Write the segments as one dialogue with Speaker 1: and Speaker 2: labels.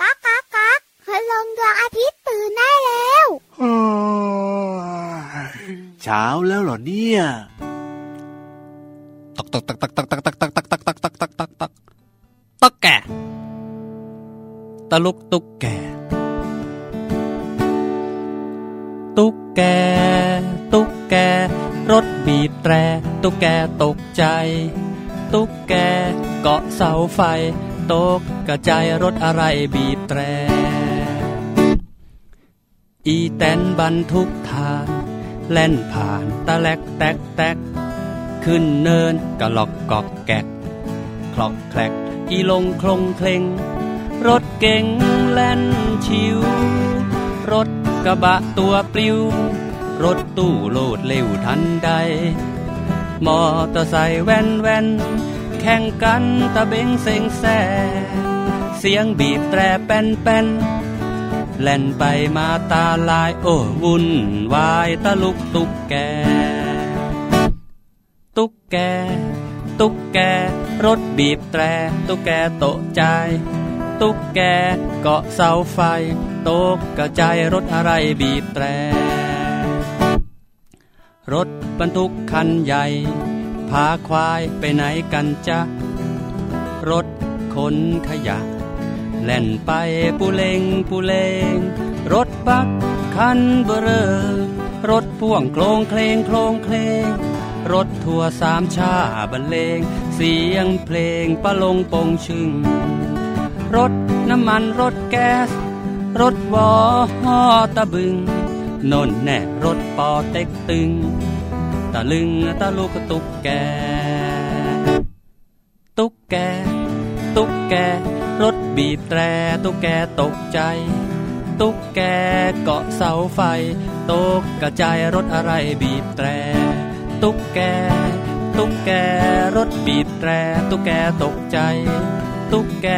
Speaker 1: กักกักกักพลังดวงอาทิตย์ตื่นได้แล้ว
Speaker 2: เช้าแล้วเหรอเนี่ย
Speaker 3: ตักตักตักตักตักตักตักตักตักตักตักตักตักตักตักตักแก่ตะลุกตุ๊กแก่ตุ๊กแกตุ๊กแกรถบีบแตรตุ๊กแกตกใจ ตุ๊กแกเกาะเสาไฟตกกระจายรถอะไรบีบแตร อีแตนบรรทุกทานแล่นผ่านตะแลกแตกแตก ขึ้นเนินกะหลอกกอกแกกคลอกแคลกอีลงคลงเคลงรถเก๋งแล่นชิว รถกระบะตัวปลิว รถตู้โลดเร็วทันใด มอเตอร์ไซค์แว่นแว่นแข่งกันตะเบงเซ็งแซ่เสียงบีบแตรแป้นแป้นแล่นไปมาตาลายโอ้วุ่นวายตะลุกตุกแก ตุ๊กแก ตุ๊กแก รถบีบแตร ตุ๊กแกตกใจ ตุ๊กแกเกาะเสาไฟ ตกกระจายรถอะไรบีบแตร รถบรรทุกคันใหญ่ พาควายไปไหนกันจ๊ะ รถขนขยะ แล่นไปปูเลงปูเลง รถบักคันเบอเรอรถพ่วงโครงเคลงโครงเคลง รถทัวร์สามชาบรรเลง เสียงเพลงประลงปงชึง รถน้ำมันรถแก๊ส รถวอฮอตะบึงนนแน่รถปอเต็กตึง ตะลึงตะลุกตุกแก ตุ๊กแก ตุ๊กแก รถบีบแตร ตุ๊กแกตกใจ ตุ๊กแกเกาะเสาไฟ ตกกระจายรถอะไรบีบแตร ตุ๊กแก ตุ๊กแก รถบีบแตร ตุ๊กแกตกใจ ตุ๊กแก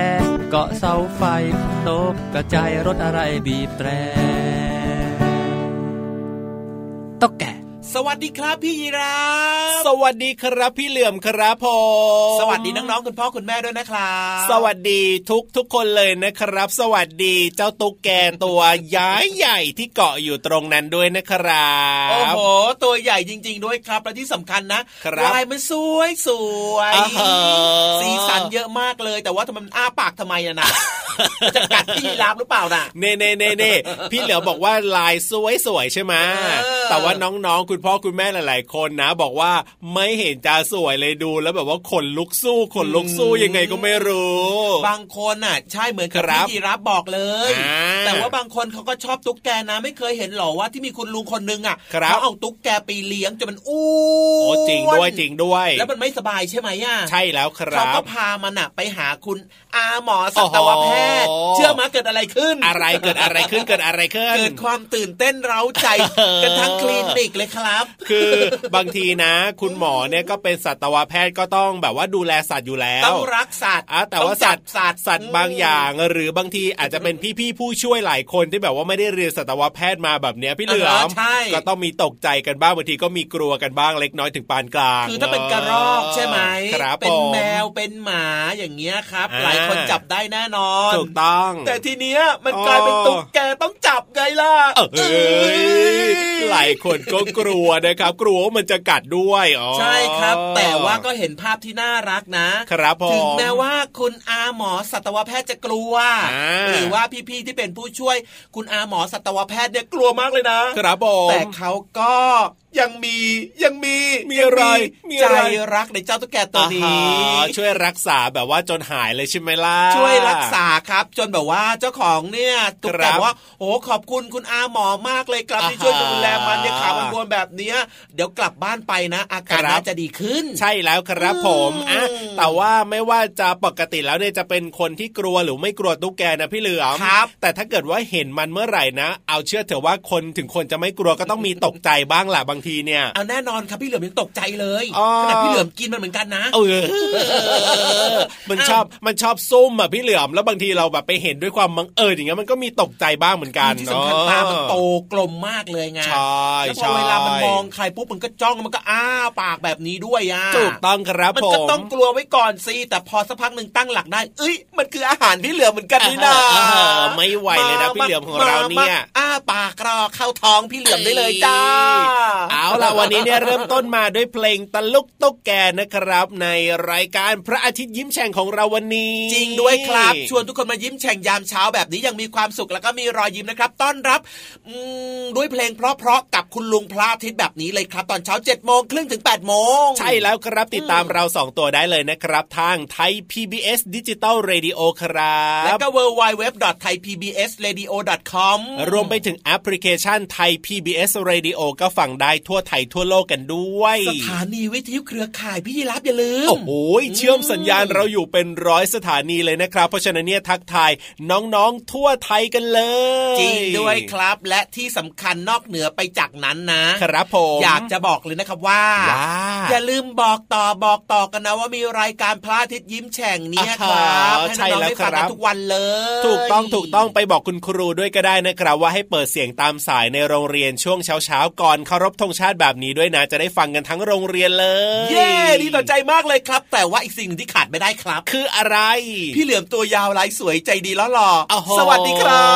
Speaker 3: เกาะเสาไฟ ตกกระจายรถอะไรบีบแตร ตุ๊กแก
Speaker 4: สวัสดีครับพี่ยีราฟ
Speaker 5: สวัสดีครับพี่เหลื่อมครับผม
Speaker 4: สวัสดีน้องๆคุณพ่อคุณแม่ด้วยนะครับ
Speaker 5: สวัสดีทุกทุกๆคนเลยนะครับ สวัสดีเจ้าตุ๊กแกตัวย้ายใหญ่ที่เกาะอยู่ตรงนั้นด้วยนะครับ
Speaker 4: โอ้โหตัวใหญ่จริง ๆ ด้วยครับและที่สำคัญนะครับ ลายมันสวยสวย
Speaker 5: อ่าฮะ
Speaker 4: สีสันเยอะมากเลย แต่ว่าทำไมมันอ้าปากทำไมน่ะ นะจะกัดพี่ยีราฟหรือเปล่าน่ะ
Speaker 5: เน่เน่เน่เน่พี่เหลือบอกว่าลายสวยสวยๆใช่ไหม
Speaker 4: เออ
Speaker 5: แต่ว่าน้องๆคุณพ่อคุณแม่หลาย ๆ คนนะ บอกว่าไม่เห็นจะสวยเลยดูแล้วแบบว่าขนลุกสู้ขนลุกสู้ยังไงก็ไม่รู้
Speaker 4: บางคนน่ะ ใช่เหมือนกับ
Speaker 5: ครับ
Speaker 4: พี่ยีราฟบอกเลย
Speaker 5: อ่า
Speaker 4: แต่ว่าบางคนเขาก็ชอบตุ๊กแกนะ ไม่เคยเห็นหรอว่าที่มีคุณลุงคนนึงอ่ะ
Speaker 5: ครับ
Speaker 4: เขาเอาตุ๊กแกไปเลี้ยงจนมันอ้
Speaker 5: โอ้
Speaker 4: วน
Speaker 5: จริงด้วยจริงด้วย
Speaker 4: แล้วมันไม่สบายใช่ไหมอ่ะ
Speaker 5: ใช่แล้วครั
Speaker 4: เขา
Speaker 5: บ
Speaker 4: ก็พามันอะไปหาคุณอาหมอสัตวแพทย์
Speaker 5: โอ้โห
Speaker 4: เชื่อมาเกิดอะไรขึ้น
Speaker 5: อะไรเกิดอะไรขึ้นเกิดอะไรขึ้น
Speaker 4: เกิดความตื่นเต้นเร้าใจ
Speaker 5: เออ
Speaker 4: กันทั้งคลินิกเลยครับ
Speaker 5: คือบางทีนะ คุณหมอเนี่ยก็เป็นสัตวแพทย์ก็ต้องแบบว่าดูแลสัตว์อยู่แล้ว
Speaker 4: ต้องรักสัตว์
Speaker 5: อ่ะแต่ว่า
Speaker 4: อง
Speaker 5: สั
Speaker 4: จั
Speaker 5: ต
Speaker 4: บ
Speaker 5: ว์สัตว์สัตว์บางอย่าง หรือบางทีอาจจะเป็นพี่ๆผู้ช่วยหลายคนที่แบบว่าไม่ได้เรียนสัตวแพทย์มาแบบเนี้ยพี่เหลือม
Speaker 4: ใช่
Speaker 5: ก็ต้องมีตกใจกันบ้างบางทีก็มีกลัวกันบ้างเล็กน้อยถึงปานกลาง
Speaker 4: คือถ้าเป็นกระรอกใช่ไหม
Speaker 5: ครับ
Speaker 4: เป็น
Speaker 5: ผม
Speaker 4: แมวเป็นหมาอย่างเงี้ยครับ
Speaker 5: อ่า
Speaker 4: หลายคนจับได้แน่นอน
Speaker 5: ถูกต้อง
Speaker 4: แต่ทีเนี้ยมันกลายเป็นตุ๊กแกต้องจับไงล่ะ
Speaker 5: เอ้ยหลายคนก็กลัวนะครับ กลัวว่ามันจะกัดด้วยอ๋อ
Speaker 4: ใช่ครับ แต่ว่าก็เห็นภาพที่น่ารักนะ
Speaker 5: ครับผม
Speaker 4: ถึงแม้ว่าคุณอาหมอสัตวแพทย์จะกลัว
Speaker 5: อ่า
Speaker 4: หรือว่าพี่ๆที่เป็นผู้ช่วย คุณอาหมอสัตวแพทย์เนี่ยกลัวมากเลยนะ
Speaker 5: ครับผม
Speaker 4: แต่เขาก็ยังมียังมี
Speaker 5: มีอะไรมี
Speaker 4: ใจ
Speaker 5: อะไร
Speaker 4: รักในเจ้าตุ๊กแกตัว
Speaker 5: อ่า
Speaker 4: นี้
Speaker 5: ฮะช่วยรักษาแบบว่าจนหายเลยใช่ไหมล่ะ
Speaker 4: ช่วยรักษาครับ จนแบบว่าเจ้าของเนี่ยตุ๊ก
Speaker 5: ค
Speaker 4: แก
Speaker 5: รับ
Speaker 4: บอกว่าโอ้ขอบคุณคุณอาหมอมากเลยครับที่
Speaker 5: อ่าฮะ
Speaker 4: ช่วยดูแลมันเนี่ยขามันบวมแบบเนี้ยเดี๋ยวกลับบ้านไปนะ อาการ
Speaker 5: ครับ
Speaker 4: น่าจะดีขึ้น
Speaker 5: ใช่แล้วครับผม
Speaker 4: อืม
Speaker 5: อ่ะแต่ว่าไม่ว่าจะปกติแล้วเนี่ยจะเป็นคนที่กลัวหรือไม่กลัวตุ๊กแกนะพี่เหลือม
Speaker 4: ครับ
Speaker 5: แต่ถ้าเกิดว่าเห็นมันเมื่อไหร่นะ เอาเชื่อเถอะว่าคนถึงคนจะไม่กลัวก็ต้องมีตกใจบ้างแหละบาง ทีเนี่ย
Speaker 4: เอาแน่นอนครับพี่เหลือมยังตกใจเลย
Speaker 5: อ๋อ
Speaker 4: ขนาดพี่เหลือมกินมันเหมือนกันนะ
Speaker 5: เออมันชอบมันชอบซุ่มอ่ะพี่เหลือมแล้วบางทีเราแบบไปเห็นด้วยความบังเอิญอย่างเงี้ยมันก็มีตกใจบ้างเหมือนกัน
Speaker 4: ที่
Speaker 5: เนาะ
Speaker 4: สำคัญตามันโตกลมมากเลยไง
Speaker 5: ใช่
Speaker 4: แล้วพ
Speaker 5: ใช่
Speaker 4: อเวลามันมองใครปุ๊บมันก็จ้องมันก็อ้าปากแบบนี้ด้วยอ่ะ
Speaker 5: ถูกต้องครับ
Speaker 4: มัน
Speaker 5: ผ
Speaker 4: ก็
Speaker 5: ม
Speaker 4: ต้องกลัวไว้ก่อนสิแต่พอสักพักหนึ่งตั้งหลักได้ เอ้ย มันคืออาหารพี่เหลือมเหมือนกันนี่นา
Speaker 5: เออไม่ไหวเลยนะพี่เหลือมของเราเนี่ย
Speaker 4: อ้าปากรอเข้าท้องพี่เหลือมได้เลยจ้า
Speaker 5: เอาล่ะวันนี้เนี่ยเริ่มต้นมาด้วยเพลงตะลุกตุ๊กแกนะครับ ในรายการพระอาทิตย์ยิ้มแฉ่งของเราวันนี้
Speaker 4: จริงด้วยครับ ชวนทุกคนมายิ้มแฉ่งยามเช้าแบบนี้ยังมีความสุขแล้วก็มีรอยยิ้มนะครับ ต้อนรับอืมด้วยเพลงเพราะๆกับคุณลุงพระอาทิตย์แบบนี้เลยครับ ตอนเช้า7จ็ดโมงครึ่งถึง8ปดโมง
Speaker 5: ใช่แล้วครับติดตามเราสองตัวได้เลยนะครับ ทางไทย PBS ดิจิตอล Radio ครั
Speaker 4: แล้ว
Speaker 5: บ
Speaker 4: ก็ w w w t h a i p b s r a d i o c o m
Speaker 5: รวมไปถึงแอปพลิเคชันไทย PBS Radio ก็ฟังได้ทั่วไทยทั่วโลกกันด้วย
Speaker 4: สถานีวิทยุเครือข่ายพี่ยีรับอย่าลืม
Speaker 5: โอ้โหเชื่อมสัญญาณเราอยู่เป็นร้อยสถานีเลยนะครับ เพราะฉะนั้นเนี่ยทักทายน้องๆทั่วไทยกันเลย
Speaker 4: จริงด้วยครับ และที่สำคัญนอกเหนือไปจากนั้นนะ
Speaker 5: ครับผม
Speaker 4: อยากจะบอกเลยนะครับว่า
Speaker 5: ว้า
Speaker 4: อย่าลืมบอกต่อบอกต่อกันนะว่ามีรายการพระอาทิตย์ยิ้มแฉ่งเนี่ยครับ
Speaker 5: อ่าฮะ
Speaker 4: ให้น้องๆ
Speaker 5: ใช่
Speaker 4: ได้ฟัง
Speaker 5: แล้วครั
Speaker 4: กัน
Speaker 5: บ
Speaker 4: ทุกวันเลย
Speaker 5: ถูกต้องถูกต้องไปบอกคุณครูด้วยก็ได้นะครับ ว่าให้เปิดเสียงตามสายในโรงเรียนช่วงเช้าๆก่อนเคารพธงชาติแบบนี้ด้วยนะ จะได้ฟังกันทั้งโรงเรียนเลย
Speaker 4: เย่ดีต่อใจมากเลยครับ แต่ว่าอีกสิ่งหนึ่งที่ขาดไม่ได้ครับ
Speaker 5: คืออะไร
Speaker 4: พี่เหลือมตัวยาวลายสวยใจดีแล้วหล่อ
Speaker 5: โอ้โห
Speaker 4: สวัสดีครับ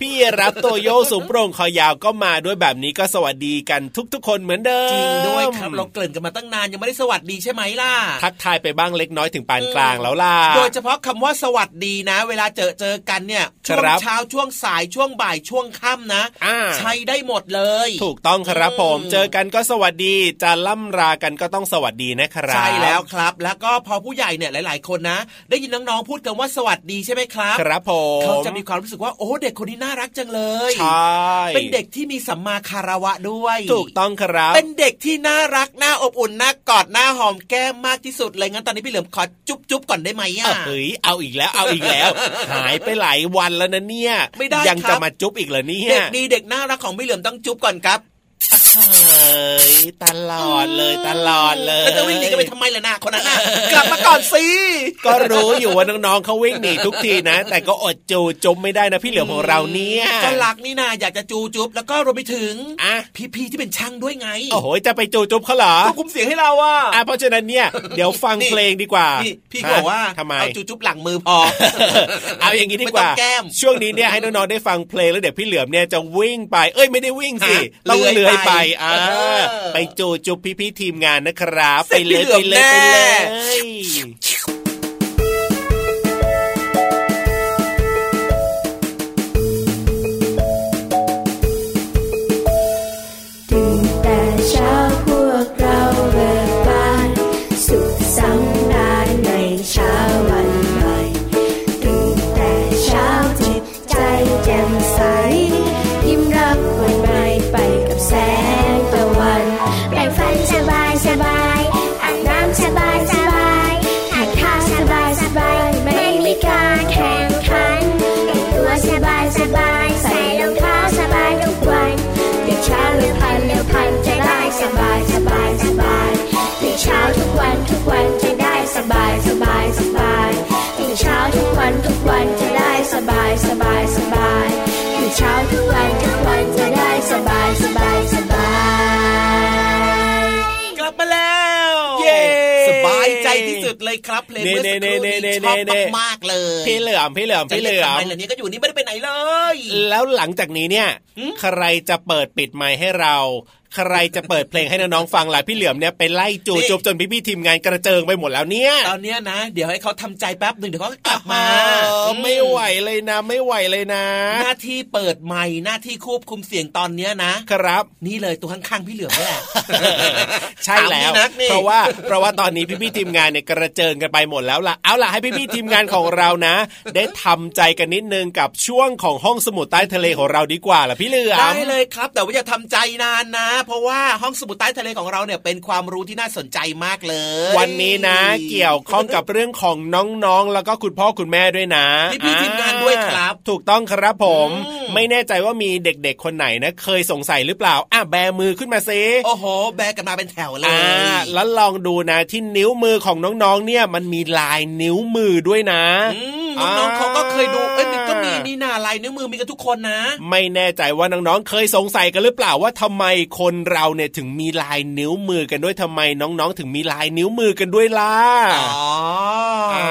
Speaker 5: พี่รับตัวโยสูงโปร่งคอยาวก็มาด้วยแบบนี้ก็สวัสดีกันทุกๆ คนเหมือนเดิม
Speaker 4: จริงด้วยครับเราเกริ่นกันมาตั้งนานยังไม่ได้สวัสดีใช่ไหมล่ะ
Speaker 5: ทักทายไปบ้างเล็กน้อยถึงปานกลางแล้วล่ะ
Speaker 4: โดยเฉพาะคำว่าสวัสดีนะ เวลาเจอเจอกันเนี่ยช่
Speaker 5: ค
Speaker 4: วง
Speaker 5: รับ
Speaker 4: เช้าช่วงสายช่วงบ่ายช่วงค่ำนะ
Speaker 5: อ่า
Speaker 4: ใช้ได้หมดเลย
Speaker 5: ถูกต้องครับผม เจอกันก็สวัสดีจะล่ำรากันก็ต้องสวัสดีนะครับ
Speaker 4: ใช่แล้วครับ แล้วก็พอผู้ใหญ่เนี่ยหลาย ๆ คนนะ ได้ยินน้องๆพูดกันว่าสวัสดีใช่ไหมครับ
Speaker 5: ครับผม
Speaker 4: เขาจะมีความรู้สึกว่าโอ้เด็กคนนี้น่ารักจังเลย
Speaker 5: ใช่
Speaker 4: เป็นเด็กที่มีสัมมาคารวะด้วย
Speaker 5: ถูกต้องครับ
Speaker 4: เป็นเด็กที่น่ารักน่าอบอุ่นน่ากอดน่าหอมแก้มมากที่สุดเลยงั้นตอนนี้พี่เหลือมขอจุ๊บจุ๊บก่อนได้ไหมอ่ะ
Speaker 5: เอ้ยเอาอีกแล้วเอาอีกแล้ว หายไปหลายวันแล้วนะเนี่ย
Speaker 4: ไม่ได้
Speaker 5: ยัง
Speaker 4: ครั
Speaker 5: จะ
Speaker 4: บ
Speaker 5: มาจุ๊บอีกเหรอเนี่ย
Speaker 4: เด็กดีเด็กน่ารักของพี่เหลือมต้องจุ๊บก่อนครับ
Speaker 5: เอ้ยตลอดเลยตลอดเลย
Speaker 4: แล้วจะวิ่งหนีกันไปทำไมล่ะนะคนนั้นน่ะ กลับมาก่อนสิ
Speaker 5: ก็รู้อยู่ว่าน้องๆเขาวิ่งหนีทุกทีนะ แต่ก็อดจูจมไม่ได้นะพี่เหลือมของเราเนี่ย
Speaker 4: ก็รักนี่นาอยากจะจูจุ๊บแล้วก็รวมไปถึง
Speaker 5: อ่ะ
Speaker 4: พี่ๆที่เป็นช่างด้วยไง
Speaker 5: โอ้โหจะไปจูจุบเขาเหรอ
Speaker 4: ควบคุมเสียงให้เราอ่ะ
Speaker 5: อ่ะเพราะฉะนั้นเนี่ยเดี๋ยวฟัง
Speaker 4: นี่
Speaker 5: เพลงดีกว่า
Speaker 4: พี่พี่
Speaker 5: ฮะ
Speaker 4: บอกว่า
Speaker 5: ทำไม
Speaker 4: เอาจูจุ๊บหลังมือพอ
Speaker 5: เอาอย่างนี้ดีกว่า
Speaker 4: ไม่ต้องแก้ม
Speaker 5: ช่วงนี้เนี่ยให้น้องๆได้ฟังเพลงแล้วเดี๋ยวพี่เหลือมเนี่ยจะวิ่งไป เอ้ยไม่ได้วิ่งสิ
Speaker 4: ฮะ
Speaker 5: ต้อง
Speaker 4: เลื้
Speaker 5: เลื้อ
Speaker 4: อย ย
Speaker 5: ไป
Speaker 4: ไป
Speaker 5: อ่า
Speaker 4: เออ
Speaker 5: ไปจูจุบพี่ๆทีมงานนะครับไปเล
Speaker 4: เสร็จพี่
Speaker 5: ย
Speaker 4: เหลื
Speaker 5: ไปเล
Speaker 4: อม
Speaker 5: ยไปเล
Speaker 4: แน่
Speaker 5: ย
Speaker 6: ตื่นแต่เช้าพวกเราเบิกบาน สุขสำราญในเช้าวันใหม่ตื่นแต่เช้าจิตใจแจ่มใส ยิ้มรับวันใหม่ไปกับแสงตะวัน
Speaker 1: แปรงฟันสบายสบายอาบน้ำสบายสบายทานข้าวสบายสบาย ไม่มีการแข่งขันแต่งตัวสบายสบายใส่รองเท้าสบายทุกวันตื่นเช้าเร็วพันเร็วพันจะได้สบายสบายสบายตื่นเช้าทุกวันทุกวันจะได้สบายสบายสบายตื่นเช้าทุกวันทุกวันจะได้สบายสบายสบายตื่นเช้าทุกวันทุกวันจะได้สบายสบายสบาย
Speaker 4: กลับมาแล้ว
Speaker 5: เย้
Speaker 4: สบายใจที่สุดเลยครับเพลงเมื่อสักครู่นี้ชอบมากๆเลย
Speaker 5: พี่เหลือมพี่เหลือม
Speaker 4: จะ
Speaker 5: พี่เห
Speaker 4: เล่
Speaker 5: ลื
Speaker 4: น
Speaker 5: อม
Speaker 4: ทำไมล่ะเนี่ยก็อยู่นี่ไม่ได้ไปไหนเลย
Speaker 5: แล้วหลังจากนี้เนี่ย ใครจะเปิดปิดไมค์ให้เรา ใครจะเปิดเพลงให้น้องๆฟังล่ะพี่เหลือมเนี่ยไปไล่จูจุบจนพี่ๆทีมงานกระเจิงไปหมดแล้วเนี่ย
Speaker 4: ตอนเนี้ยนะ เดี๋ยวให้เขาทำใจแป๊บหนึ่งเดี๋ยวเขาก็กลับมา
Speaker 5: เออ
Speaker 4: ม
Speaker 5: ไม่ไหวเลยนะ ไม่ไหวเลยนะ
Speaker 4: หน้าที่เปิดไมค์หน้าที่ควบคุมเสียงตอนเนี้ยนะ
Speaker 5: ครับ
Speaker 4: นี่เลยตัวข้างๆพี่เหลือม นี่แหละ
Speaker 5: ใช่แล้ว
Speaker 4: ถามนี่นักนี่
Speaker 5: เพราะว่าเพราะว่าตอนนี้พี่พี่ๆทีมงานเนี่ยกระเจิงกันไปหมดแล้วล่ะเอาล่ะให้พี่พี่ๆทีมงานของเรานะ ได้ทำใจกันนิดนึงกับช่วงของห้องสมุดใต้ทะเลของเราดีกว่าล่ะพี่เหลือ
Speaker 4: ได้
Speaker 5: ม
Speaker 4: เลยครับ แต่ว่าอย่าทำใจนานนะ เพราะว่าห้องสมุดใต้ทะเลของเราเนี่ยเป็นความรู้ที่น่าสนใจมากเลย
Speaker 5: วันนี้นะ เกี่ยวข้องกับเรื่องของน้องๆ แล้วก็คุณพ่อคุณแม่ด้วยนะ
Speaker 4: พี่พี่ๆทีมงาน ด้วยครับ
Speaker 5: ถูกต้องครับผม
Speaker 4: อืม
Speaker 5: ไม่แน่ใจว่ามีเด็กๆคนไหนนะ เคยสงสัยหรือเปล่า อ่ะแบมือขึ้นมาซิ
Speaker 4: โอ้โห แบกกันมาเป็นแถวเล
Speaker 5: อ่าย แล้วลองดูนะที่นิ้วมือของน้องๆเนี่ย มันมีลายนิ้วมือด้วยนะ
Speaker 4: อืมน้องๆเขาก็เคยดู เอ้ยมันก็มี
Speaker 5: อ่า
Speaker 4: นี่นาลายนิ้วมือมีกันทุกคนนะ
Speaker 5: ไม่แน่ใจว่าน้องๆ เคยสงสัยกันหรือเปล่าว่าทำไมคนเราเนี่ยถึงมีลายนิ้วมือกันด้วยทำไมน้องๆ ถึงมีลายนิ้วมือกันด้วยล่ะ
Speaker 4: อ๋ออา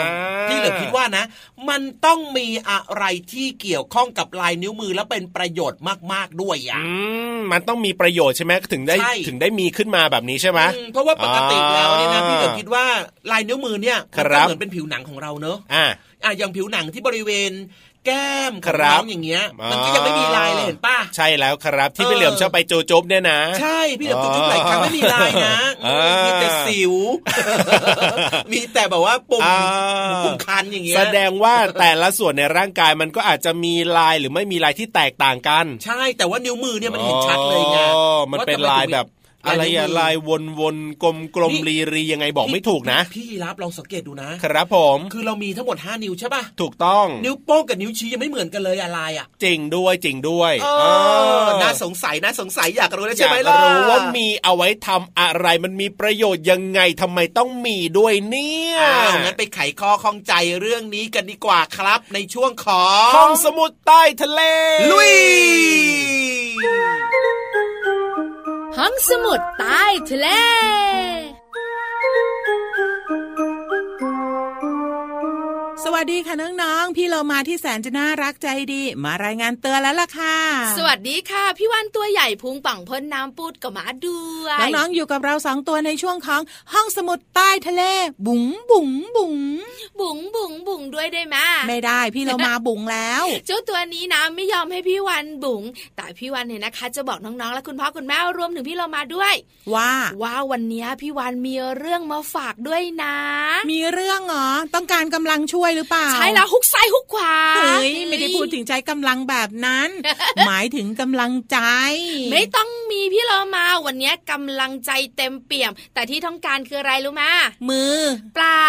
Speaker 4: พี่เหลือคิดว่านะ มันต้องมีอะไรที่เกี่ยวข้องกับลายนิ้วมือแล้วเป็นประโยชน์มากๆด้วยอ่ะ
Speaker 5: อืมมันต้องมีประโยชน์ใช่ไหมถึงได้
Speaker 4: ใช่
Speaker 5: ถึงได้มีขึ้นมาแบบนี้ใช่ไหม
Speaker 4: อืมเพราะว่าปกติแล้วเนี่ยนะ
Speaker 5: อ่า
Speaker 4: พี่เหลือคิดว่าลายนิ้วมือเนี่ย
Speaker 5: ค
Speaker 4: มัน
Speaker 5: รับ
Speaker 4: ก็เหมือนเป็นผิวหนังของเราเนอะ
Speaker 5: อ่ะ
Speaker 4: อ่ะอย่างผิวหนังที่บริเวณ แก้มข
Speaker 5: ค
Speaker 4: อง
Speaker 5: รับ
Speaker 4: น้องอย่างเงี้ย มันก็ยังไม่มีลายเลยเห็นป่ะ
Speaker 5: ใช่แล้วครับที่พี่
Speaker 4: เออ
Speaker 5: เหลือมชอบไปโจโจบเนี่ยนะ
Speaker 4: ใช่พี่เหลือมจุ๊บๆหลายครั้งไม่มีลายนะ
Speaker 5: อ่ามี
Speaker 4: มีแต่สิว มีแต่แบบว่าปุ่ม
Speaker 5: อ่า
Speaker 4: ปุ่มคันอย่างเงี้ย
Speaker 5: แสดงว่าแต่ละส่วนในร่างกายมันก็อาจจะมีลายหรือไม่มีลายที่แตกต่างกัน
Speaker 4: ใช่แต่ว่านิ้วมือเนี่ยมันเห็นชัดเลยไง
Speaker 5: อ๋อมัน
Speaker 4: ว่ทำไ
Speaker 5: เป็นลายแบบ
Speaker 4: ถึ
Speaker 5: อะ
Speaker 4: ง
Speaker 5: ไร
Speaker 4: มี
Speaker 5: อะ
Speaker 4: ลา
Speaker 5: ลาย ยวนวนๆกลมกลม
Speaker 4: นี่
Speaker 5: รีรียังไงบอกไม่ถูกนะ
Speaker 4: พี่ยีรับลองสังเกตดูนะ
Speaker 5: ครับผม
Speaker 4: คือเรามีทั้งหมด 5 นิ้วใช่ป่ะ
Speaker 5: ถูกต้อง
Speaker 4: นิ้วโป้งกับนิ้วชี้ยังไม่เหมือนกันเลยอะลายอะ
Speaker 5: จริงด้วยจริงด้วย
Speaker 4: เออน่าสงสัยน่าสงสัยอยากรู้แล้
Speaker 5: อ
Speaker 4: วใช่
Speaker 5: ยา
Speaker 4: ไหม
Speaker 5: ก
Speaker 4: ล่ะ
Speaker 5: รู้ว่ามีเอาไว้ทำอะไรมันมีประโยชน์ยังไงทำไมต้องมีด้วยเนี่ย
Speaker 4: อ้าวงั้นไปไขข้อข้องใจเรื่องนี้กันดีกว่าครับ ในช่วงของ
Speaker 5: ห้องสมุดใต้ทะเล
Speaker 4: ลุย
Speaker 7: ห้องสมุดใต้ทะเล
Speaker 8: สวัสดีค่ะน้องๆ พี่เรามาที่แสนจะน่ารักใจดี มารายงานเตือนแล้วล่ะค่ะ
Speaker 7: สวัสดีค่ะ พี่วันตัวใหญ่พุงป่องพ่นน้ำปูดก็มาด้วย
Speaker 8: น้องๆ อยู่กับเราสองตัวในช่วงของห้องสมุดใต้ทะเล บุ๋งบุ๋งบุ๋ง
Speaker 7: บุ๋งบุ๋งบุ๋งด้วยได้ไหม
Speaker 8: ไม่ได้พี่เรามา บุ๋งแล้ว
Speaker 7: เจ้าตัวนี้นะไม่ยอมให้พี่วันบุ๋งแต่พี่วันเนี่ยนะคะ จะบอกน้องๆ และคุณพ่อคุณแม่รวมถึงพี่เรามาด้วย
Speaker 8: ว่า
Speaker 7: ว่าวันนี้พี่วันมีเรื่องมาฝากด้วยนะ
Speaker 8: มีเรื่องเหรอ ต้องการกำลังช่วยหรือเปล่า
Speaker 7: ใช่แล้วฮุกซ้ายฮุกขวา
Speaker 8: เฮ้ยไม่ได้พูดถึงใจกำลังแบบนั้น หมายถึงกำลังใจ
Speaker 7: ไม่ต้องมีพี่เรามาวันนี้กำลังใจเต็มเปี่ยม แต่ที่ต้องการคืออะไรรู้ไหม
Speaker 8: มือ
Speaker 7: เปล่า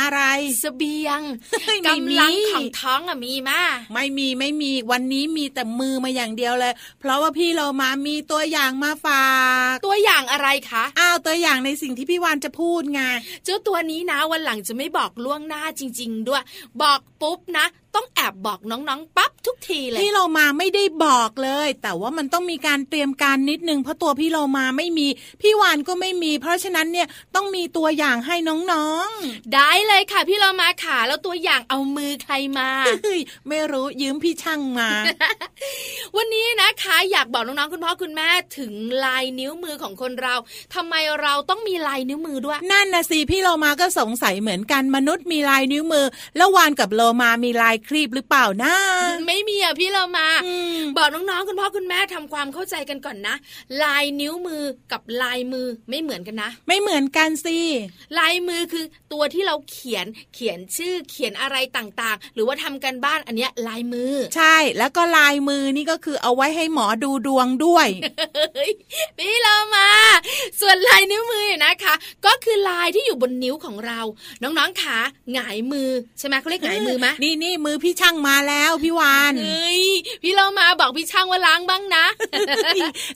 Speaker 8: อะไร
Speaker 7: เสบียง
Speaker 8: เฮ้ย
Speaker 7: กำลัง
Speaker 8: ไม่มี
Speaker 7: ของท้องอะมีมา
Speaker 8: ไม่มีไม่มีวันนี้มีแต่มือมาอย่างเดียวเลย เพราะว่าพี่เรามามีตัวอย่างมาฝาก
Speaker 7: ตัวอย่างอะไรคะ
Speaker 8: อ้าวตัวอย่างในสิ่งที่พี่วานจะพูดไง
Speaker 7: เจ้าตัวนี้นะวันหลังจะไม่บอกล่วงหน้าจริง ๆ ด้วย บอกปุ๊บนะ ต้องแอบบอกน้องๆปั๊บทุกทีเลย
Speaker 8: พี่เรามาไม่ได้บอกเลย แต่ว่ามันต้องมีการเตรียมการนิดนึงเพราะตัวพี่เรามาไม่มี พี่วานก็ไม่มี เพราะฉะนั้นเนี่ยต้องมีตัวอย่างให้น้อง
Speaker 7: ได้เลยค่ะ พี่เรามาค่ะแล้วตัวอย่างเอามือใครมา
Speaker 8: ๆเฮ้ย ไม่รู้ยืมพี่ช่างมา
Speaker 7: วันนี้นะคะอยากบอกน้องๆคุณพ่อคุณแม่ถึงลายนิ้วมือของคนเราทำไมเราต้องมีลายนิ้วมือด้วย
Speaker 8: นั่นนะสิพี่เรามาก็สงสัยเหมือนกันมนุษย์มีลายนิ้วมือ แล้ววานกับโลมามีลายครีบหรือเปล่านะ
Speaker 7: ไม่มีอะพี่เรามา
Speaker 8: อืม
Speaker 7: บอกน้องๆ คุณพ่อคุณแม่ทำความเข้าใจกันก่อนนะ ลายนิ้วมือกับลายมือไม่เหมือนกันนะ
Speaker 8: ไม่เหมือนกันสิ
Speaker 7: ลายมือคือตัวที่เราเขียนเขียนชื่อเขียนอะไรต่างๆ หรือว่าทำกันบ้านอันเนี้ยลายมือ
Speaker 8: ใช่แล้วก็ลายมือนี่ก็คือเอาไว้ให้หมอดูดวงด้วย
Speaker 7: พี่เรามา ส่วนลายนิ้วมือเนี่ยนะคะ ก็คือลายที่อยู่บนนิ้วของเรา น้องๆขาหงายมือใช่ไหมเขาเรียกหงายมือไหม
Speaker 8: นี่นี่มือพี่ช่างมาแล้วพี่วาน
Speaker 7: เฮ้ยพี่เรามาบอกพี่ช่างว่าล้างบ้างนะ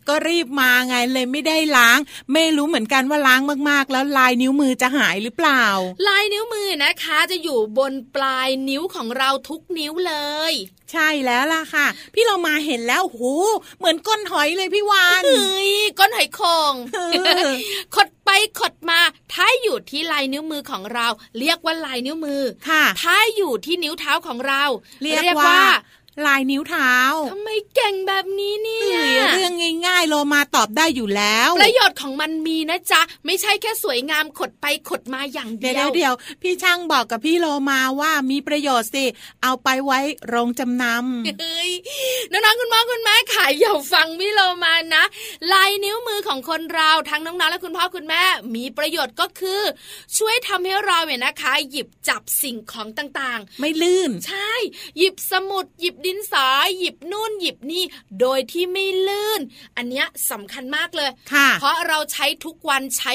Speaker 8: ก็รีบมาไงเลยไม่ได้ล้าง ไม่รู้เหมือนกันว่าล้างมากๆ แล้วลายนิ้วมือจะหายหรือเปล่า
Speaker 7: ลายนิ้วมือนะคะจะอยู่บนปลายนิ้วของเราทุกนิ้วเลย
Speaker 8: ใช่แล้วล่ะค่ะ พี่เรามาเห็นแล้วโหเหมือนก้นหอยเลยพี่ว าน
Speaker 7: เฮ้ยก้นหอยโขง
Speaker 8: เออ
Speaker 7: ขดไปขดมา ถ้าอยู่ที่ลายนิ้วมือของเรา เรียกว่าลายนิ้วมือ
Speaker 8: ค่ะ
Speaker 7: ถ้าอยู่ที่นิ้วเท้าของเรา
Speaker 8: เรียกว่า ลายนิ้วเท้า
Speaker 7: ทำไมเก่งแบบนี้เนี่
Speaker 8: เอ้
Speaker 7: ย
Speaker 8: ยเรื่องง่ายๆโลมาตอบได้อยู่แล้ว
Speaker 7: ประโยชน์ของมันมีนะจ๊ะ ไม่ใช่แค่สวยงามขดไปขดมาอย่าง
Speaker 8: เดี๋
Speaker 7: เดี
Speaker 8: ย
Speaker 7: ยว
Speaker 8: วเดี๋ยวๆพี่ช่างบอกกับพี่โลมาว่ามีประโยชน์สิ เอาไปไว้โรงจำนำ
Speaker 7: เฮ้ยน้องๆคุณพ่อคุณแม่ขายอย่าฟังพี่โลมานะ ลายนิ้วมือของคนเราทั้งน้องๆและคุณพ่อคุณแม่ มีประโยชน์ก็คือ ช่วยทำให้เราเนี่ยนะคะ หยิบจับสิ่งของต่างๆ
Speaker 8: ไม่ลื่น
Speaker 7: ใช่ หยิบสมุดหยิบ ดินสอหยิบนู่นหยิบนี่ โดยที่ไม่ลื่น อันเนี้ยสำคัญมากเลย
Speaker 8: ค่ะ
Speaker 7: เพราะเราใช้ทุกวันใช้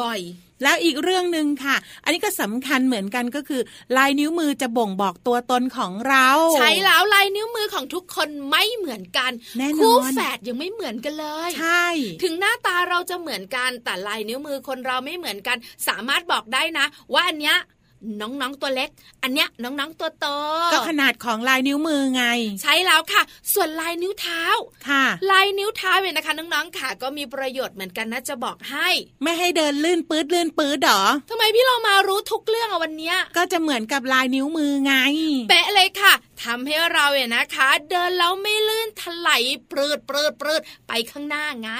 Speaker 7: บ่อย
Speaker 8: แล้วอีกเรื่องหนึ่งค่ะ อันนี้ก็สำคัญเหมือนกันก็คือ ลายนิ้วมือจะบ่งบอกตัวตนของเรา
Speaker 7: ๆ ใช้แล้วลายนิ้วมือของทุกคนไม่เหมือนกัน
Speaker 8: แน่นอน
Speaker 7: คู่แฝดยังไม่เหมือนกันเลย
Speaker 8: ใช่
Speaker 7: ถึงหน้าตาเราจะเหมือนกันแต่ลายนิ้วมือคนเราไม่เหมือนกัน สามารถบอกได้นะ ว่าอันเนี้ยน้องๆตัวเล็ก อันเนี้ยน้องๆตัวโต
Speaker 8: ก็ขนาดของลายนิ้วมือไง
Speaker 7: ใช้แล้วค่ะ ส่วนลายนิ้วเท้า
Speaker 8: ค่ะ
Speaker 7: ลายนิ้วเท้าเนี่ยนะคะน้องๆค่ะก็มีประโยชน์เหมือนกันนะจะบอกให้
Speaker 8: ไม่ให้เดินลื่นปื๊ดลื่นปื๊ดหรอ
Speaker 7: ทำไมพี่เรามารู้ทุกเรื่องอะวันเนี้ย
Speaker 8: ก็จะเหมือนกับลายนิ้วมือไง
Speaker 7: เป๊ะเลยค่ะทำให้เราเนี่ยนะคะ เดินแล้วไม่ลื่นถลายปรืดปรืดปรืดไปข้างหน้าไง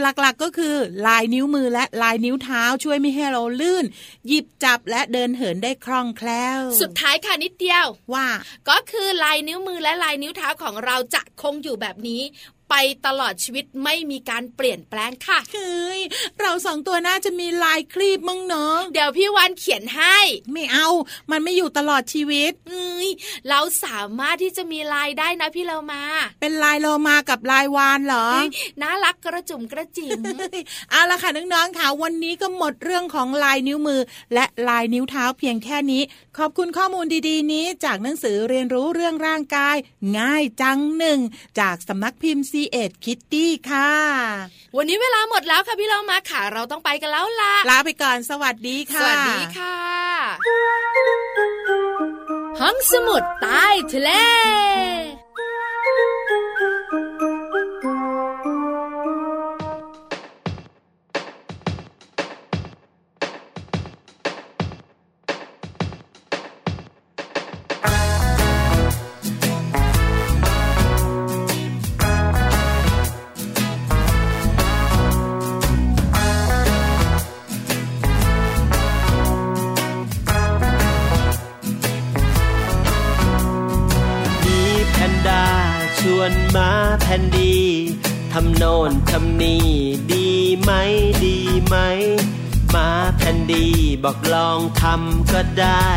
Speaker 8: หลักๆก็คือ ลายนิ้วมือและลายนิ้วเท้าช่วยไม่ให้เราลื่น หยิบจับและเดินเหินได้คล่องแคล่ว
Speaker 7: สุดท้ายค่ะนิดเดียว
Speaker 8: ว่า
Speaker 7: ก็คือลายนิ้วมือและลายนิ้วเท้าของเราจะคงอยู่แบบนี้ ไปตลอดชีวิตไม่มีการเปลี่ยนแปลงค่ะ
Speaker 8: เฮ้ย เราสองตัวน่าจะมีลายครีบมั้งเนาะ
Speaker 7: เดี๋ยวพี่วันเขียนให้
Speaker 8: ไม่เอา มันไม่อยู่ตลอดชีวิต
Speaker 7: เอ้ยเราสามารถที่จะมีลายได้นะพี่เรามา
Speaker 8: เป็นลายโลมากับลายวานเหรอ
Speaker 7: เฮ้ยน่ารักกระจุ่มกระจิ๋ม
Speaker 8: เอาละค่ะน้องๆค่ะวันนี้ก็หมดเรื่องของลายนิ้วมือ และลายนิ้วเท้าเพียงแค่นี้ ขอบคุณข้อมูลดีๆ นี้ จากหนังสือเรียนรู้เรื่องร่างกาย ง่ายจังหนึ่ง จากสำนักพิมพ์ c ีเอ็ดคิตตี้ค่ะ
Speaker 7: วันนี้เวลาหมดแล้วค่ะพี่เรามาค่ะเราต้องไปกันแล้วล่ะ
Speaker 8: ลาไปก่อนสวัสดี
Speaker 7: ส
Speaker 8: ค่ะ
Speaker 7: วัสดีค่ะ ห้องสมุดใต้ทะเล
Speaker 9: มีแพนด้าชวนมาแผ่นดีทำโน่นทำนี่ดีไหมดีไหมมาแผ่นดีบอกลองทำก็ได้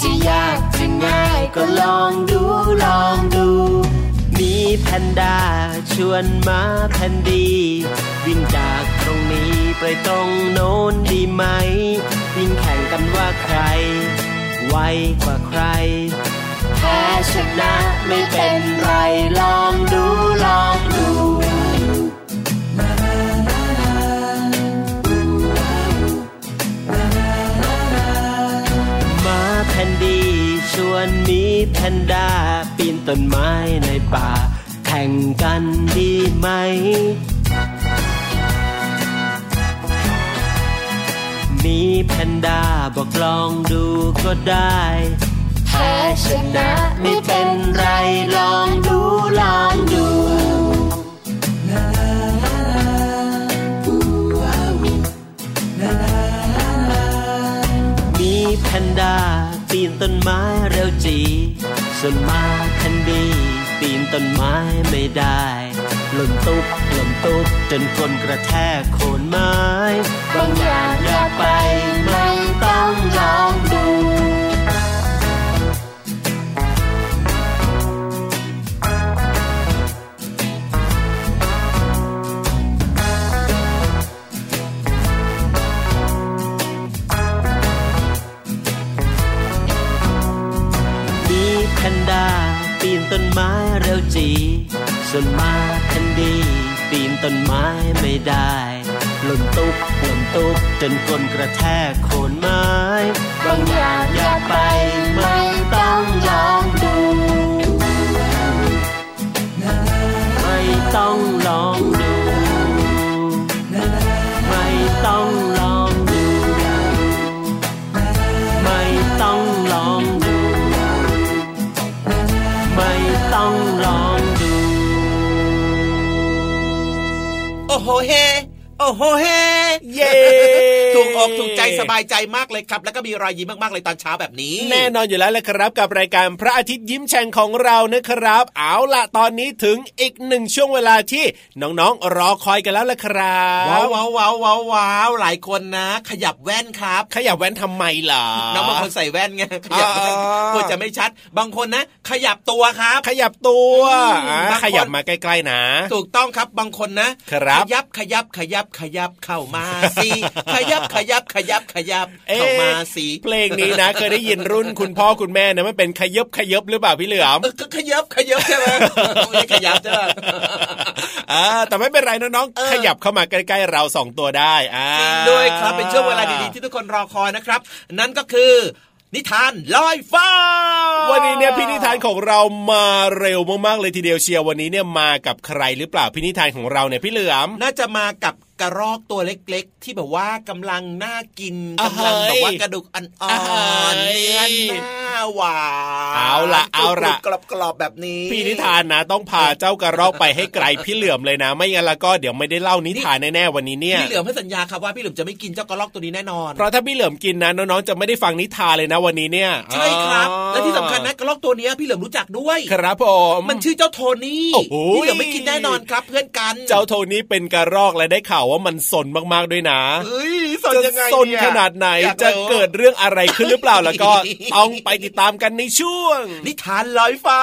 Speaker 9: จะยากจะง่ายก็ลองดูลองดู มีแพนด้าชวนมาแผ่นดี วิ่งจากตรงนี้ไปตรงโน้นดีไหม วิ่งแข่งกันว่าใคร ไวกว่าใคร แพ้ชนะไม่เป็นไรลองดูลองดู มาแผ่นดีชวนหมีแพนด้าปีนต้นไม้ในป่า แข่งกันดีไหม มีแพนด้าบอกลองดูก็ได้ แพ้ชนะไม่เป็นไรลองดูลองดู มีแพนด้าปีนต้นไม้เร็วจีส่วนหมาแพนดีปีนต้นไม้ไม่ได้หล่นตุ๊บหล่นตุ๊บจนคนกระแทกโคนไม้บางอย่างอย่าไปไม่ต้องลองดู มีแพนด้าปีนต้นไม้เร็วจี ส่วนหมาแพนดีปีนต้นไม้ไม่ได้หล่นตุ๊บหล่นตุ๊บจนก้นกระแทกโคนไม้บางอย่างอย่าไปไม่ต้องลองดู ไม่ต้องลองดู ไม่ต้องลองดู ไม่ต้องลองดู ไม่ต้องลองดู
Speaker 4: โอ้โหเฮ โอ้โหเฮ
Speaker 5: เย้
Speaker 4: ถูกอกถูกใจสบายใจมากเลยครับ แล้วก็มีรอยยิ้มมากๆเลยตอนเช้าแบบนี้
Speaker 5: แน่นอนอยู่แล้วแหละครับกับรายการพระอาทิตย์ยิ้มแฉ่งของเรานะครับ เอาละตอนนี้ถึงอีกหนึ่งช่วงเวลาที่น้องๆรอคอยกันแล้วละครั
Speaker 4: ว้าว
Speaker 5: บ
Speaker 4: ว้าวว้าวว้าวว้าวหลายคนนะ ขยับแว่นครับ
Speaker 5: ขยับแว่นทำไมล่ะ
Speaker 4: น้องบางคนใส่แว่นไงขยับแว่น
Speaker 5: อ๋อ
Speaker 4: กลัวจะไม่ชัด บางคนนะ ขยับตัวครับ
Speaker 5: ขยับตัวอ่า
Speaker 4: บางคน
Speaker 5: ขยับมาใกล้ๆนะ
Speaker 4: ถูกต้องครับบางคนนะครับ ขยับขยับขยับขยับเข้ามาสิ ขยับขยับขยับขยับ
Speaker 5: เอ๊ะ
Speaker 4: เข้ามาสิ
Speaker 5: เพลงนี้นะ เคยได้ยินรุ่น คุณพ่อคุณแม่นะมันเป็นขยบขยบหรือเปล่าพี่เหลือม
Speaker 4: เออก็ขยับขยับใช่ไหม ไม่ใช่ขยับใช่ไหม
Speaker 5: อ่าแต่ไม่เป็นไรน้อง
Speaker 4: เออ
Speaker 5: ๆขยับเข้ามาใกล้ๆเราสองตัวได้อ่า
Speaker 4: จริงด้วยครับเป็นช่วงเวลาดีๆที่ทุกคนรอคอยนะครับ นั่นก็คือ นิทานลอยฟ้า
Speaker 5: วันนี้เนี่ยพี่นิทานของเรามาเร็วมากๆเลยทีเดียวเชียววันนี้เนี่ยมากับใครหรือเปล่าพี่นิทานของเราเนี่ยพี่เหลือม
Speaker 4: น่าจะมากับกระรอกตัวเล็กๆ ที่แบบว่ากำลังน่ากิน
Speaker 5: อ่ะ
Speaker 4: กำลัง
Speaker 5: เฮ้ย
Speaker 4: แบบว่ากระดูกอ่
Speaker 5: อ่ะ
Speaker 4: อ
Speaker 5: เฮ้ย
Speaker 4: นๆเนื้อหน้าหวาน
Speaker 5: เอาล่ะเอาล่ะ
Speaker 4: กรอบๆแบบนี้
Speaker 5: พี่นิทานนะต้องพาเจ้ากระรอกไปให้ไกลพี่เหลือมเลยนะ ไม่งั้นแล้วก็เดี๋ยวไม่ได้เล่านิทานแน่ๆวันนี้เนี่ย
Speaker 4: พี่เหลือมให้สัญญาครับว่าพี่เหลือมจะไม่กินเจ้ากระรอกตัวนี้แน่นอน
Speaker 5: เพราะถ้าพี่เหลือมกินนะน้องๆจะไม่ได้ฟังนิทานเลยนะวันนี้เนี่ย
Speaker 4: ใช่ครับ
Speaker 5: อ๋อ
Speaker 4: และที่สำคัญนะกระรอกตัวเนี้ยพี่เหลือมรู้จักด้วย
Speaker 5: ครับผม
Speaker 4: มันชื่อเจ้าโทนี่
Speaker 5: โอ้โห
Speaker 4: พี่เหลือมไม่กินแน่นอนครับ เพื่อนกัน
Speaker 5: เจ้าโทนี่เป็นกระรอกและได้ข่าวว่ามันสนมากๆด้วยนะ
Speaker 4: เอ้ยสน
Speaker 5: จะ
Speaker 4: ยังไง
Speaker 5: สน
Speaker 4: เย
Speaker 5: ขนาดไหน
Speaker 4: อยา
Speaker 5: จะ
Speaker 4: รู้
Speaker 5: เกิดเรื่องอะไรขึ้นหรือเปล่า แล้ว ก็ต้องไปติดตามกันในช่วง
Speaker 4: นิทานลอยฟ้า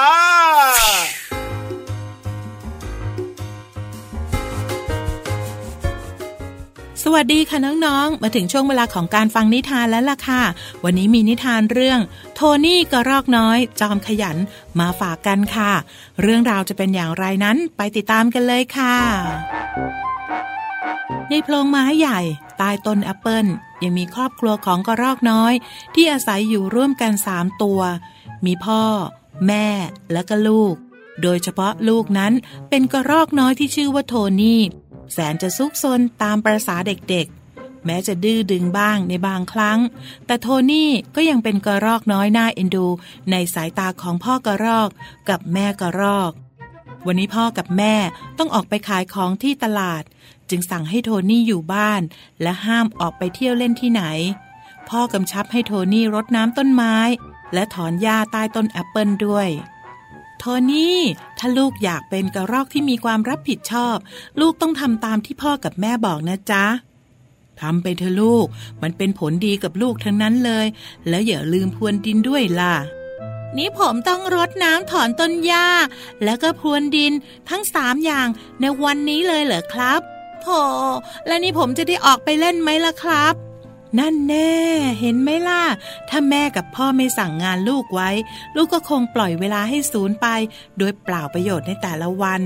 Speaker 8: สวัสดีค่ะน้องๆ มาถึงช่วงเวลาของการฟังนิทานแล้วล่ะค่ะ วันนี้มีนิทานเรื่อง โทนี่กระรอกน้อย จอมขยันมาฝากกันค่ะ เรื่องราวจะเป็นอย่างไรนั้นไปติดตามกันเลยค่ะ ในโพรงไม้ใหญ่ใต้ต้นแอปเปิลยังมีครอบครัวของกระรอกน้อย ที่อาศัยอยู่ร่วมกันสามตัว มีพ่อ แม่ และก็ลูก โดยเฉพาะลูกนั้นเป็นกระรอกน้อยที่ชื่อว่าโทนี่ แสนจะซุกซนตามประษาเด็กๆ แม้จะดื้อดึงบ้างในบางครั้ง แต่โทนี่ก็ยังเป็นกระรอกน้อยน่าเอ็นดู ในสายตาของพ่อกระรอกกับแม่กระรอก วันนี้พ่อกับแม่ต้องออกไปขายของที่ตลาด จึงสั่งให้โทนี่อยู่บ้าน และห้ามออกไปเที่ยวเล่นที่ไหน พ่อกำชับให้โทนี่รดน้ำต้นไม้ และถอนหญ้าใต้ต้นแอปเปิลด้วย โทนี่ ถ้าลูกอยากเป็นกระรอกที่มีความรับผิดชอบ ลูกต้องทำตามที่พ่อกับแม่บอกนะจ๊ะทำไปเถอะลูก มันเป็นผลดีกับลูกทั้งนั้นเลย แล้วอย่าลืมพรวนดินด้วยล่ะ นี่ผมต้องรดน้ำถอนต้นหญ้า แล้วก็พรวนดินทั้งสามอย่างในวันนี้เลยเหรอครับโธ่และนี่ผมจะได้ออกไปเล่นไหมล่ะครับ นั่นแน่ เห็นไหมล่ะ ถ้าแม่กับพ่อไม่สั่งงานลูกไว้ ลูกก็คงปล่อยเวลาให้ศูนย์ไป โดยเปล่าประโยชน์ในแต่ละวัน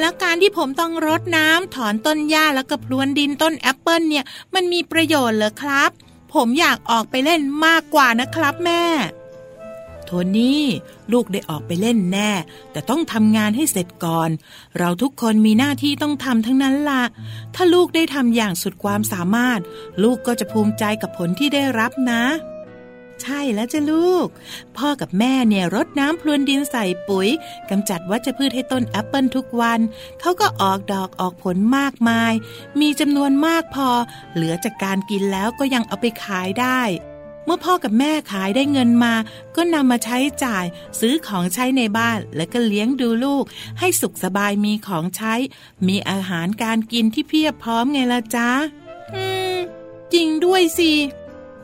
Speaker 8: แล้วการที่ผมต้องรดน้ำถอนต้นหญ้าแล้วก็พรวนดินต้นแอปเปิลเนี่ย มันมีประโยชน์เหรอครับ ผมอยากออกไปเล่นมากกว่านะครับแม่ โทนี่ลูกได้ออกไปเล่นแน่ แต่ต้องทำงานให้เสร็จก่อน เราทุกคนมีหน้าที่ต้องทำทั้งนั้นล่ะ ถ้าลูกได้ทำอย่างสุดความสามารถ ลูกก็จะภูมิใจกับผลที่ได้รับนะ ใช่แล้วจ้ะลูก พ่อกับแม่เนี่ยรดน้ำพรวนดินใส่ปุ๋ยกำจัดวัชพืชให้ต้นแอปเปิลทุกวัน เขาก็ออกดอกออกผลมากมาย มีจำนวนมากพอ เหลือจากการกินแล้วก็ยังเอาไปขายได้ เมื่อพ่อกับแม่ขายได้เงินมา ก็นำมาใช้จ่าย ซื้อของใช้ในบ้าน แล้วก็เลี้ยงดูลูก ให้สุขสบายมีของใช้ มีอาหารการกินที่เพียบพร้อมไงล่ะจ๊ะ อืม จริงด้วยสิ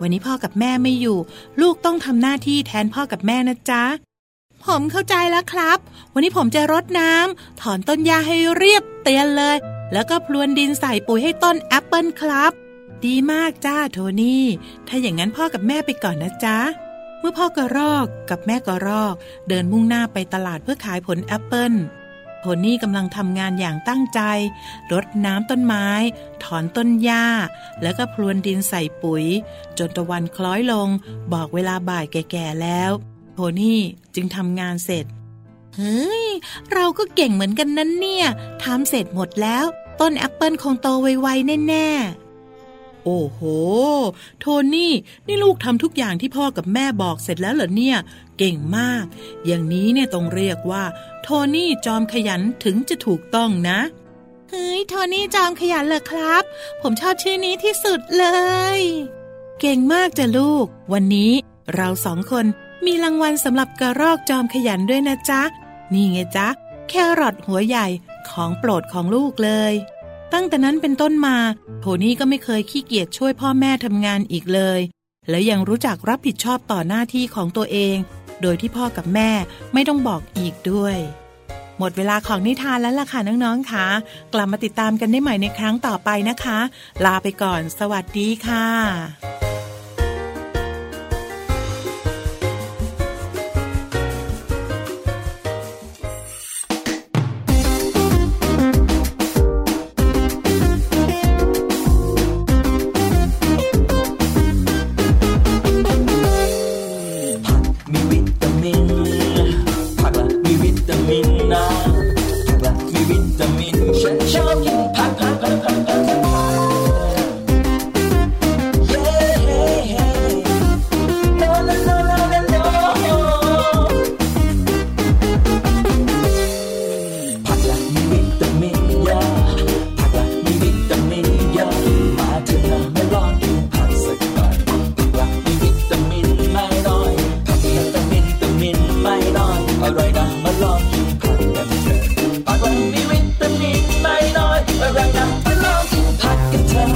Speaker 8: วันนี้พ่อกับแม่ไม่อยู่ ลูกต้องทำหน้าที่แทนพ่อกับแม่นะจ๊ะ ผมเข้าใจแล้วครับ วันนี้ผมจะรดน้ำถอนต้นหญ้าให้เรียบเตียนเลย แล้วก็พรวนดินใส่ปุ๋ยให้ต้นแอปเปิลครับ ดีมากจ้าโทนี่ ถ้าอย่างนั้นพ่อกับแม่ไปก่อนนะจ๊ะ เมื่อพ่อกระรอกกับแม่กระรอก เดินมุ่งหน้าไปตลาดเพื่อขายผลแอปเปิลโทนี่กำลังทำงานอย่างตั้งใจ รดน้ำต้นไม้ ถอนต้นหญ้า แล้วก็พรวนดินใส่ปุ๋ย จนตะวันคล้อยลง บอกเวลาบ่ายแก่ๆแล้ว โทนี่จึงทำงานเสร็จ เฮ้ย เราก็เก่งเหมือนกันนั่นเนี่ยทำเสร็จหมดแล้ว ต้นแอปเปิลคงโตไวๆแน่ๆ โอ้โห โทนี่ นี่ลูกทำทุกอย่างที่พ่อกับแม่บอกเสร็จแล้วเหรอเนี่ย เก่งมาก อย่างนี้เนี่ยต้องเรียกว่า โทนี่จอมขยันถึงจะถูกต้องนะ เฮ้ยโทนี่จอมขยันเหรอครับ ผมชอบชื่อนี้ที่สุดเลย เก่งมากจ้ะลูก วันนี้เราสองคนมีรางวัลสำหรับกระรอกจอมขยันด้วยนะจ๊ะ นี่ไงจ๊ะ แครอทหัวใหญ่ของโปรดของลูกเลย ตั้งแต่นั้นเป็นต้นมา โทนี่ก็ไม่เคยขี้เกียจช่วยพ่อแม่ทำงานอีกเลย และยังรู้จักรับผิดชอบต่อหน้าที่ของตัวเอง โดยที่พ่อกับแม่ไม่ต้องบอกอีกด้วย หมดเวลาของนิทานแล้วล่ะค่ะน้องๆค่ะ กลับมาติดตามกันได้ใหม่ในครั้งต่อไปนะคะ ลาไปก่อน สวัสดีค่ะ
Speaker 3: ผักมีวิตามิน ผักละมีวิตามินนะผักละมีวิตามิน ฉันชอบกินผักผักผักผักผักผักเย้เฮ้เฮ้ No, no, no, no, no, no ผักละมีวิตามินเยอะผักละมีวิตามินเยอะมาเถอะนะมาลองกินผักสักหน่อยผักละมีวิตามินไม่น้อยผักละมีวิตามินไม่น้อยอร่อยนะมาลองกินผักกันเถอะผักละมีวิตามินไม่น้อยอร่อยนะมาลองกินผักกันเถอะ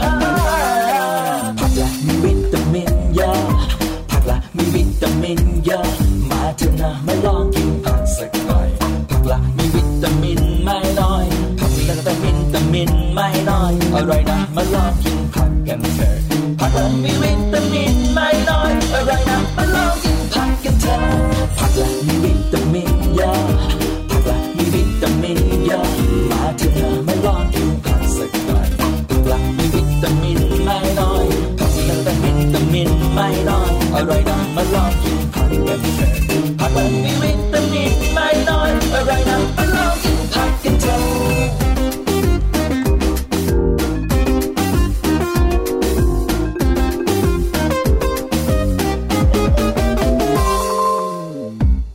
Speaker 3: ผักและมีวิตามินเยอะผักและมีวิตามินเยอะมาเถอะนะมาลองกินผักสักหน่อยผักและมีวิตามินไม่น้อยผักและวิตามินวิตามินไม่น้อยอร่อยนะมาลองกินผักกันเถอะผักและมีวิตามินไม่น้อยอร่อยนะมาลองกินผักกันเถอะผักและมีวิตามินเยอะผักและมีวิตามินเยอะมาเถอะนะมาลองกินผักสักหน่อยผักและมีวิตามินไม่น้อย ผักยังแต่วิตามินไม่น้อยอร่อยนะมาลองกินผักกันเถอะผักมันมีวิตามินไม่น้อยอร่อยนะมาลองกินผักกันเถอะ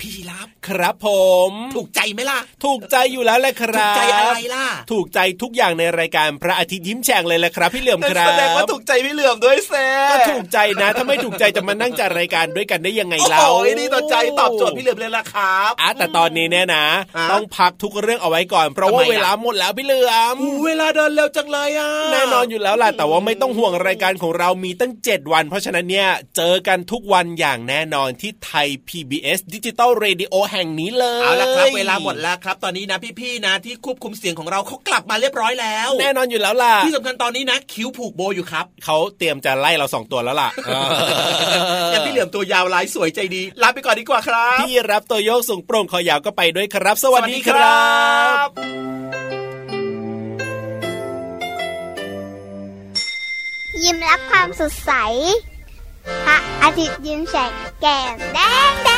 Speaker 4: พี่รับ
Speaker 5: ครับผม
Speaker 4: ถูกใจไหมล่ะ
Speaker 5: ถูกใจอยู่แล้วแหละครับ
Speaker 4: ถูกใจอะไรล่ะ
Speaker 5: ถูกใจทุกอย่างในรายการพระอาทิตย์ยิ้มแฉ่งเลยแหละครับ พี่เหลือมครับ
Speaker 4: แสดงว่าถูกใจพี่เหลือมด้วยแซ่
Speaker 5: ก็ถูกใจนะ ถ้าไม่ถูกใจจะมานั่งจัดรายการด้วยกันได้ยังไง
Speaker 4: โอ้
Speaker 5: เรา
Speaker 4: โหนี่ตอนใจตอบโจทย์พี่เหลือมเลยล่ะครับ
Speaker 5: อ่ะแต่ตอนนี้เนี่ยนะ
Speaker 4: ฮะ
Speaker 5: ต้องพักทุกเรื่องเอาไว้ก่อน เพราะว่า
Speaker 4: ทำไมล่ะ
Speaker 5: เวลาหมดแล้วพี่เหลือม
Speaker 4: อู้เวลาเดินเร็วจังเลยอ่ะ
Speaker 5: แน่นอนอยู่แล้วล่ะแต่ว่าไม่ต้องห่วงรายการของเรามีตั้ง 7 วัน เพราะฉะนั้นเนี่ย เจอกันทุกวันอย่างแน่นอนที่ไทย PBS ดิจิตอลเรดิโอแห่งนี้เลย
Speaker 4: เอาละครับเวลาหมดแล้วครับ ตอนนี้นะพี่ๆนะที่ควบคุมเสียงของเราเขากลับมาเรียบร้อยแล้ว
Speaker 5: แน่นอนอยู่แล้วล่ะ
Speaker 4: ที่สำคัญตอนนี้นะ คิ้วผูกโบอยู่ครับ
Speaker 5: เขาเตรียมจะไล่เราสองตัวแล้วล่ะ
Speaker 4: แต่พี่เหลือมตัวยาวลายสวยใจดีลาไปก่อนดีกว่าครับ
Speaker 5: พี่รับตัวโยกสูงโปร่งคอยาวก็ไปด้วยครับ สวัสดีครับ
Speaker 2: ยิ้มรับความสดใส พระอาทิตย์ยิ้มแฉกแก้มแดงแด